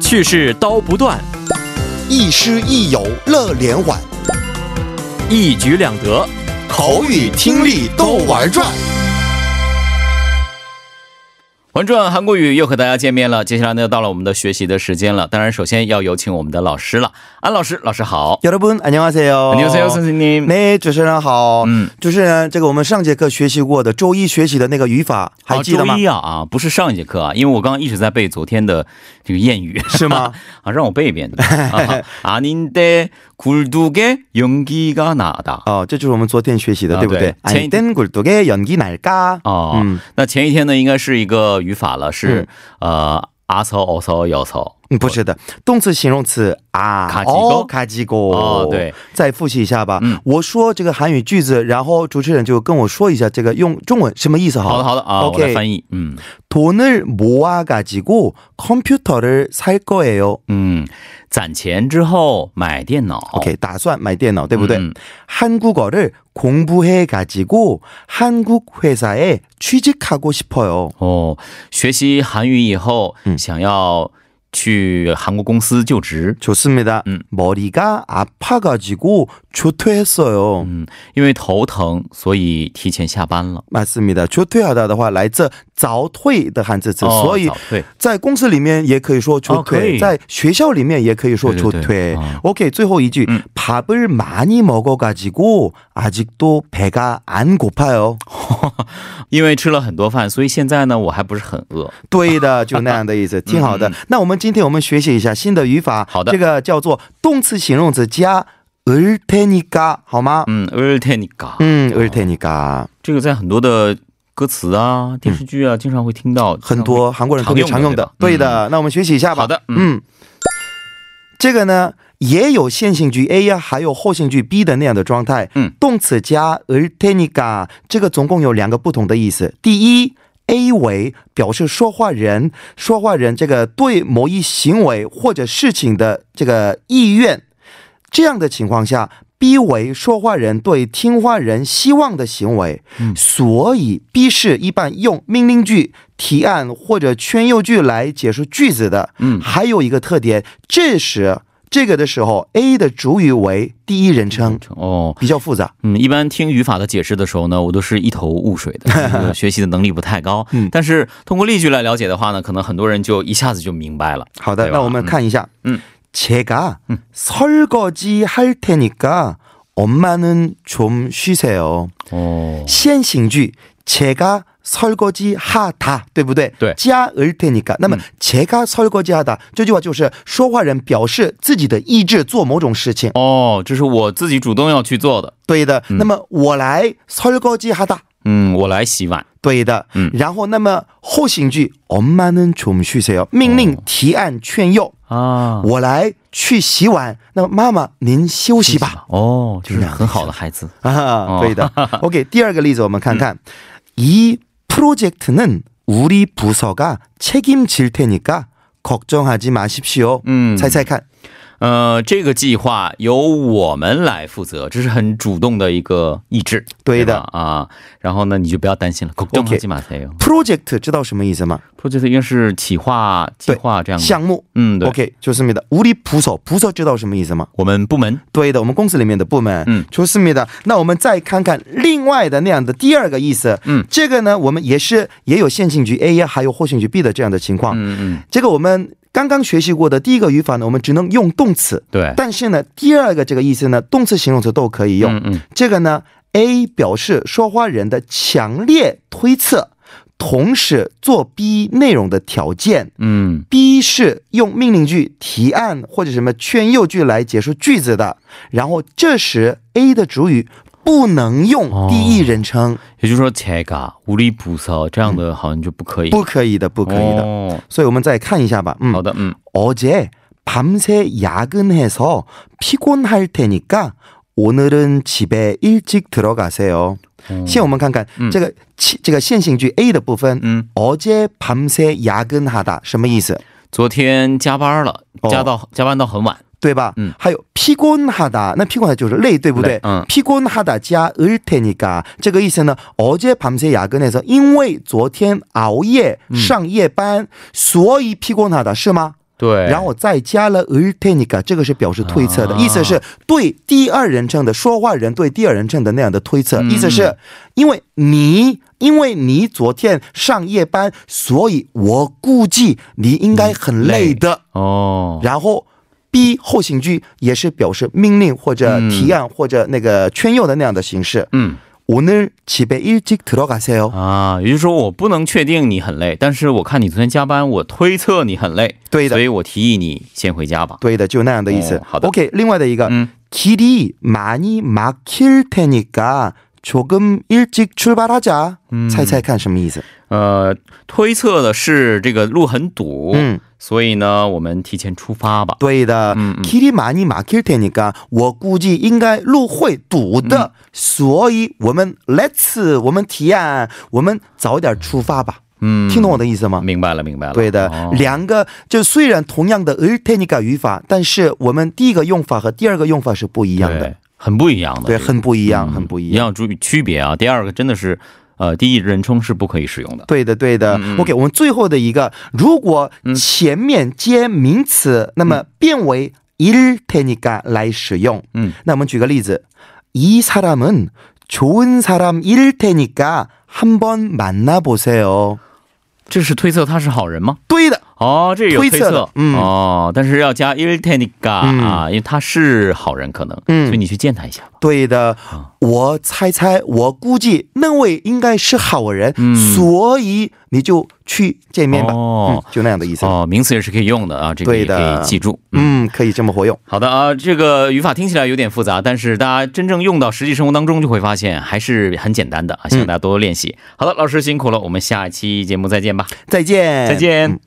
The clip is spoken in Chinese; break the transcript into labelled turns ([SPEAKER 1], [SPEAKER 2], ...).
[SPEAKER 1] 去世刀不断，
[SPEAKER 2] 亦师亦友乐连环，
[SPEAKER 1] 一举两得。
[SPEAKER 2] 口语听力都玩转。
[SPEAKER 3] 玩转韩国语又和大家见面了，接下来呢到了我们的学习的时间了。当然，首先要有请我们的老师了，安老师，老师好。
[SPEAKER 2] 여러분 안녕하세요.
[SPEAKER 3] 안녕하세요, 선생님.
[SPEAKER 2] 네, 主持人好。
[SPEAKER 3] 嗯
[SPEAKER 2] 嗯，主持人，这个我们上节课学习过的周一学习的那个语法，还记得
[SPEAKER 3] 啊
[SPEAKER 2] 吗
[SPEAKER 3] 周？一啊啊，不是上一节课啊，因为我刚刚一直在背昨天的这个谚语
[SPEAKER 2] 是吗？
[SPEAKER 3] 啊，让我背一遍啊的。아닌데굴뚝에연기가나다。
[SPEAKER 2] 哦，这就是我们昨天学习的，
[SPEAKER 3] 啊
[SPEAKER 2] 对不对
[SPEAKER 3] 对？
[SPEAKER 2] 哎
[SPEAKER 3] 前一
[SPEAKER 2] 아니땐굴뚝에연기날까
[SPEAKER 3] 哦、
[SPEAKER 2] 嗯
[SPEAKER 3] 那前一天呢，应该是一个语法了，是、呃阿曹哦曹要曹。
[SPEAKER 2] 嗯不是的，动词、形容词啊，
[SPEAKER 3] 卡吉勾
[SPEAKER 2] 哦卡吉勾
[SPEAKER 3] 哦对，
[SPEAKER 2] 再复习一下吧。
[SPEAKER 3] 嗯
[SPEAKER 2] 我说这个韩语句子，然后主持人就跟我说一下这个用中文什么意思好
[SPEAKER 3] 好
[SPEAKER 2] 了。
[SPEAKER 3] 的好的啊我来
[SPEAKER 2] OK，
[SPEAKER 3] 翻译。嗯
[SPEAKER 2] 돈을 모아가지고 컴퓨터를 살 거예요.
[SPEAKER 3] 嗯，攒钱之后买电脑。
[SPEAKER 2] OK，打算买电脑，对不对？
[SPEAKER 3] 嗯
[SPEAKER 2] 한국어를 공부해가지고 한국 회사에 취직하고 싶어요.
[SPEAKER 3] 哦，学习韩语以后，
[SPEAKER 2] 嗯
[SPEAKER 3] 想要去韩国公司就职，
[SPEAKER 2] 좋습니다.
[SPEAKER 3] 음.
[SPEAKER 2] 머리가 아파가지고 조퇴했어요.
[SPEAKER 3] 嗯，因为头疼，所以提前下班了。
[SPEAKER 2] 맞습니다. 조퇴하다 的话来自早退的汉字词，
[SPEAKER 3] 哦
[SPEAKER 2] 所以
[SPEAKER 3] 早退
[SPEAKER 2] 在公司里面也可以说
[SPEAKER 3] 哦
[SPEAKER 2] 조
[SPEAKER 3] 可
[SPEAKER 2] 退，
[SPEAKER 3] 以
[SPEAKER 2] 在学校里面也可以说
[SPEAKER 3] 对
[SPEAKER 2] 조
[SPEAKER 3] 对对
[SPEAKER 2] 退
[SPEAKER 3] 哦。
[SPEAKER 2] OK，最后一句，밥을많이먹어가지고아직도배가안고파요。 嗯
[SPEAKER 3] 因为吃了很多饭，所以现在呢，我还不是很饿。
[SPEAKER 2] 对的，就那样的意思，挺好的。那我们今天我们学习一下新的语法，
[SPEAKER 3] 嗯好的
[SPEAKER 2] 这个叫做动词形容词加을테니까，好吗？
[SPEAKER 3] 嗯，而테니까，
[SPEAKER 2] 嗯，을테니까
[SPEAKER 3] 这个在很多的歌词啊、电视剧啊，经常会听到，
[SPEAKER 2] 很多韩国人特别常用的，
[SPEAKER 3] 常
[SPEAKER 2] 对
[SPEAKER 3] 用的对吧
[SPEAKER 2] 的。那我们学习一下吧。
[SPEAKER 3] 好的
[SPEAKER 2] 嗯，这个呢也有先行句 A 呀、还有后行句 B 的那样的状态。
[SPEAKER 3] 嗯，
[SPEAKER 2] 动词加 을테니까，这个总共有两个不同的意思。第一。A 为表示说话人，说话人这个对某一行为或者事情的这个意愿，这样的情况下，B 为说话人对听话人希望的行为，所以 B 是一般用命令句、提案或者劝诱句来解释句子的。
[SPEAKER 3] 嗯
[SPEAKER 2] 还有一个特点，这时这个的时候，A 的主语为第一人称，
[SPEAKER 3] 嗯哦，
[SPEAKER 2] 比较复杂。
[SPEAKER 3] 嗯，一般听语法的解释的时候呢，我都是一头雾水 的，这个学习的能力不太高。
[SPEAKER 2] 嗯
[SPEAKER 3] 但是通过例句来了解的话呢，可能很多人就一下子就明白了。
[SPEAKER 2] 好的，
[SPEAKER 3] 对吧
[SPEAKER 2] 那我们看一下，
[SPEAKER 3] 哎嗯嗯嗯
[SPEAKER 2] 제가설거지할테니까엄마는좀쉬세요。
[SPEAKER 3] 哦，
[SPEAKER 2] 先行句제가설거지하다，对不对？
[SPEAKER 3] 对嗯
[SPEAKER 2] 加을테니까。那么제가설거지하다这句话就是说话人表示自己的意志做某种事情。
[SPEAKER 3] 哦，这是我自己主动要去做的。
[SPEAKER 2] 对的。那么我来설거지하다，
[SPEAKER 3] 嗯，我来洗碗。
[SPEAKER 2] 对的。
[SPEAKER 3] 嗯
[SPEAKER 2] 然后那么后行句엄마는좀쉬세요，命令、提案、劝诱，
[SPEAKER 3] 哦啊，
[SPEAKER 2] 我来去洗碗。那么妈妈您休息吧。
[SPEAKER 3] 哦，就是很好的孩子。
[SPEAKER 2] 啊，对的。OK，第二个例子我们看看，이 프로젝트는 우리 부서가 책임질 테니까 걱정하지 마십시오.
[SPEAKER 3] 嗯，
[SPEAKER 2] 猜猜看，
[SPEAKER 3] 呃，这个计划由我们来负责，这是很主动的一个意志。
[SPEAKER 2] 对的
[SPEAKER 3] 吧啊，然后呢，你就不要担心了。걱정하지마세요。
[SPEAKER 2] project 知道什么意思吗？
[SPEAKER 3] project 应该是企划、计
[SPEAKER 2] 对
[SPEAKER 3] 划这样的。
[SPEAKER 2] 项目。
[SPEAKER 3] 嗯，对
[SPEAKER 2] OK，좋습니다。우리부서부서知道什么意思吗？
[SPEAKER 3] 我们部门。
[SPEAKER 2] 对的，我们公司里面的部门。
[SPEAKER 3] 嗯
[SPEAKER 2] 좋습니다。那我们再看看另外的那样的第二个意思。
[SPEAKER 3] 嗯，
[SPEAKER 2] 这个呢，我们也是也有先行句 A 呀，还有后行句 B 的这样的情况。
[SPEAKER 3] 嗯嗯，
[SPEAKER 2] 这个我们刚刚学习过的第一个语法呢，我们只能用动词。
[SPEAKER 3] 对。
[SPEAKER 2] 但是呢，第二个这个意思呢，动词、形容词都可以用。
[SPEAKER 3] 嗯嗯，
[SPEAKER 2] 这个呢，A 表示说话人的强烈推测，同时做 B 内容的条件。
[SPEAKER 3] 嗯
[SPEAKER 2] B 是用命令句、提案或者什么劝诱句来结束句子的。然后这时 A 的主语不能用
[SPEAKER 3] 哦哎
[SPEAKER 2] 第一人称，，
[SPEAKER 3] 也就是说，切嘎、无理补骚这样的好像就不可以，
[SPEAKER 2] 不可以的，嗯不可以的。
[SPEAKER 3] 哦
[SPEAKER 2] 所以我们再看一下吧。嗯，
[SPEAKER 3] 好的，嗯，
[SPEAKER 2] 어제 밤새 야근해서 피곤할 테니까 오늘은 집에 일찍 들어가세요.
[SPEAKER 3] 嗯。
[SPEAKER 2] 先我们看看这个这个现行句 A 的部分，
[SPEAKER 3] 음.
[SPEAKER 2] 어제 밤새 야근하다 什么意思？对吧？
[SPEAKER 3] 昨天加班了，
[SPEAKER 2] 哦
[SPEAKER 3] 加到、加班到很晚。嗯。
[SPEAKER 2] 还有 피곤하다 那 피곤하다 就是累，对不对？
[SPEAKER 3] 累，嗯。
[SPEAKER 2] 피곤하다 加을 테니까 这个意思呢 어제 밤새 야근해서 因为昨天熬夜上夜班所以 피곤하다 是吗？
[SPEAKER 3] 对，
[SPEAKER 2] 然后再加了 u t e n i k a 这个是表示推测的，
[SPEAKER 3] 啊
[SPEAKER 2] 意思是对第二人称的说话人对第二人称的那样的推测，
[SPEAKER 3] 嗯
[SPEAKER 2] 意思是因为你。因为你昨天上夜班，所以我估计你应该很累的。
[SPEAKER 3] 哦，
[SPEAKER 2] 然后 B 后行句也是表示命令或者
[SPEAKER 3] 嗯
[SPEAKER 2] 提案或者那个劝诱的那样的形式。
[SPEAKER 3] 嗯
[SPEAKER 2] 오늘집에일찍들어가세요。
[SPEAKER 3] 啊，也就是说我不能确定你很累，但是我看你昨天加班，我推测你很累，
[SPEAKER 2] 对的
[SPEAKER 3] 所以我提议你先回家吧。
[SPEAKER 2] 对的，就那样的意思。
[SPEAKER 3] 哦好的
[SPEAKER 2] OK，另外的一个，
[SPEAKER 3] 嗯
[SPEAKER 2] 길이많이막힐테니까조금일찍출발하자。猜
[SPEAKER 3] 嗯
[SPEAKER 2] 猜看什么意思？
[SPEAKER 3] 呃，推测的是这个路很堵，
[SPEAKER 2] 嗯，
[SPEAKER 3] 所以呢，我们提前出发吧。
[SPEAKER 2] 对的，
[SPEAKER 3] 嗯嗯
[SPEAKER 2] 길이많이막힐테니까，我估计应该路会堵的，
[SPEAKER 3] 嗯
[SPEAKER 2] 所以我们 let's，我们提案，我们早点出发吧。
[SPEAKER 3] 嗯，
[SPEAKER 2] 听懂我的意思吗？
[SPEAKER 3] 明白了，明白了。
[SPEAKER 2] 对的，
[SPEAKER 3] 哦
[SPEAKER 2] 两个就虽然同样的 u t e n i k a 语法，但是我们第一个用法和第二个用法是不一样的
[SPEAKER 3] 对，，嗯很不一样的，
[SPEAKER 2] 对，
[SPEAKER 3] 这个
[SPEAKER 2] 很不一样，很不一样。
[SPEAKER 3] 要注意区别啊。第二个真的是，呃，第一人称是不可以使用的。
[SPEAKER 2] 对的，对的。OK，我们最后的一个，如果前面接名词，那么变为 일테니까来使用。
[SPEAKER 3] 嗯，
[SPEAKER 2] 那我们举个例子，이사람은좋은사람일테니까한번만나보세요。
[SPEAKER 3] 这是推测他是好人吗？
[SPEAKER 2] 对的，
[SPEAKER 3] 哦，这有
[SPEAKER 2] 推
[SPEAKER 3] 推
[SPEAKER 2] 测
[SPEAKER 3] 测，
[SPEAKER 2] 的嗯
[SPEAKER 3] 哦，但是要加 i l t e n i k a
[SPEAKER 2] 嗯
[SPEAKER 3] 啊，因为他是好人，可能，
[SPEAKER 2] 嗯
[SPEAKER 3] 所以你去见他一下吧。
[SPEAKER 2] 对的。我猜猜，我估计那位应该是好人，所以你就去见面吧。
[SPEAKER 3] 哦
[SPEAKER 2] 嗯，就那样的意思。
[SPEAKER 3] 哦，名词也是可以用的啊，这个也
[SPEAKER 2] 对的
[SPEAKER 3] 可以记住。嗯，
[SPEAKER 2] 嗯，可以这么活用。
[SPEAKER 3] 好的啊，这个语法听起来有点复杂，但是大家真正用到实际生活当中，就会发现还是很简单的
[SPEAKER 2] 嗯
[SPEAKER 3] 啊，希望大家多多练习。
[SPEAKER 2] 哎
[SPEAKER 3] 好的，老师辛苦了，我们下期节目再见吧，
[SPEAKER 2] 再见，
[SPEAKER 3] 再见。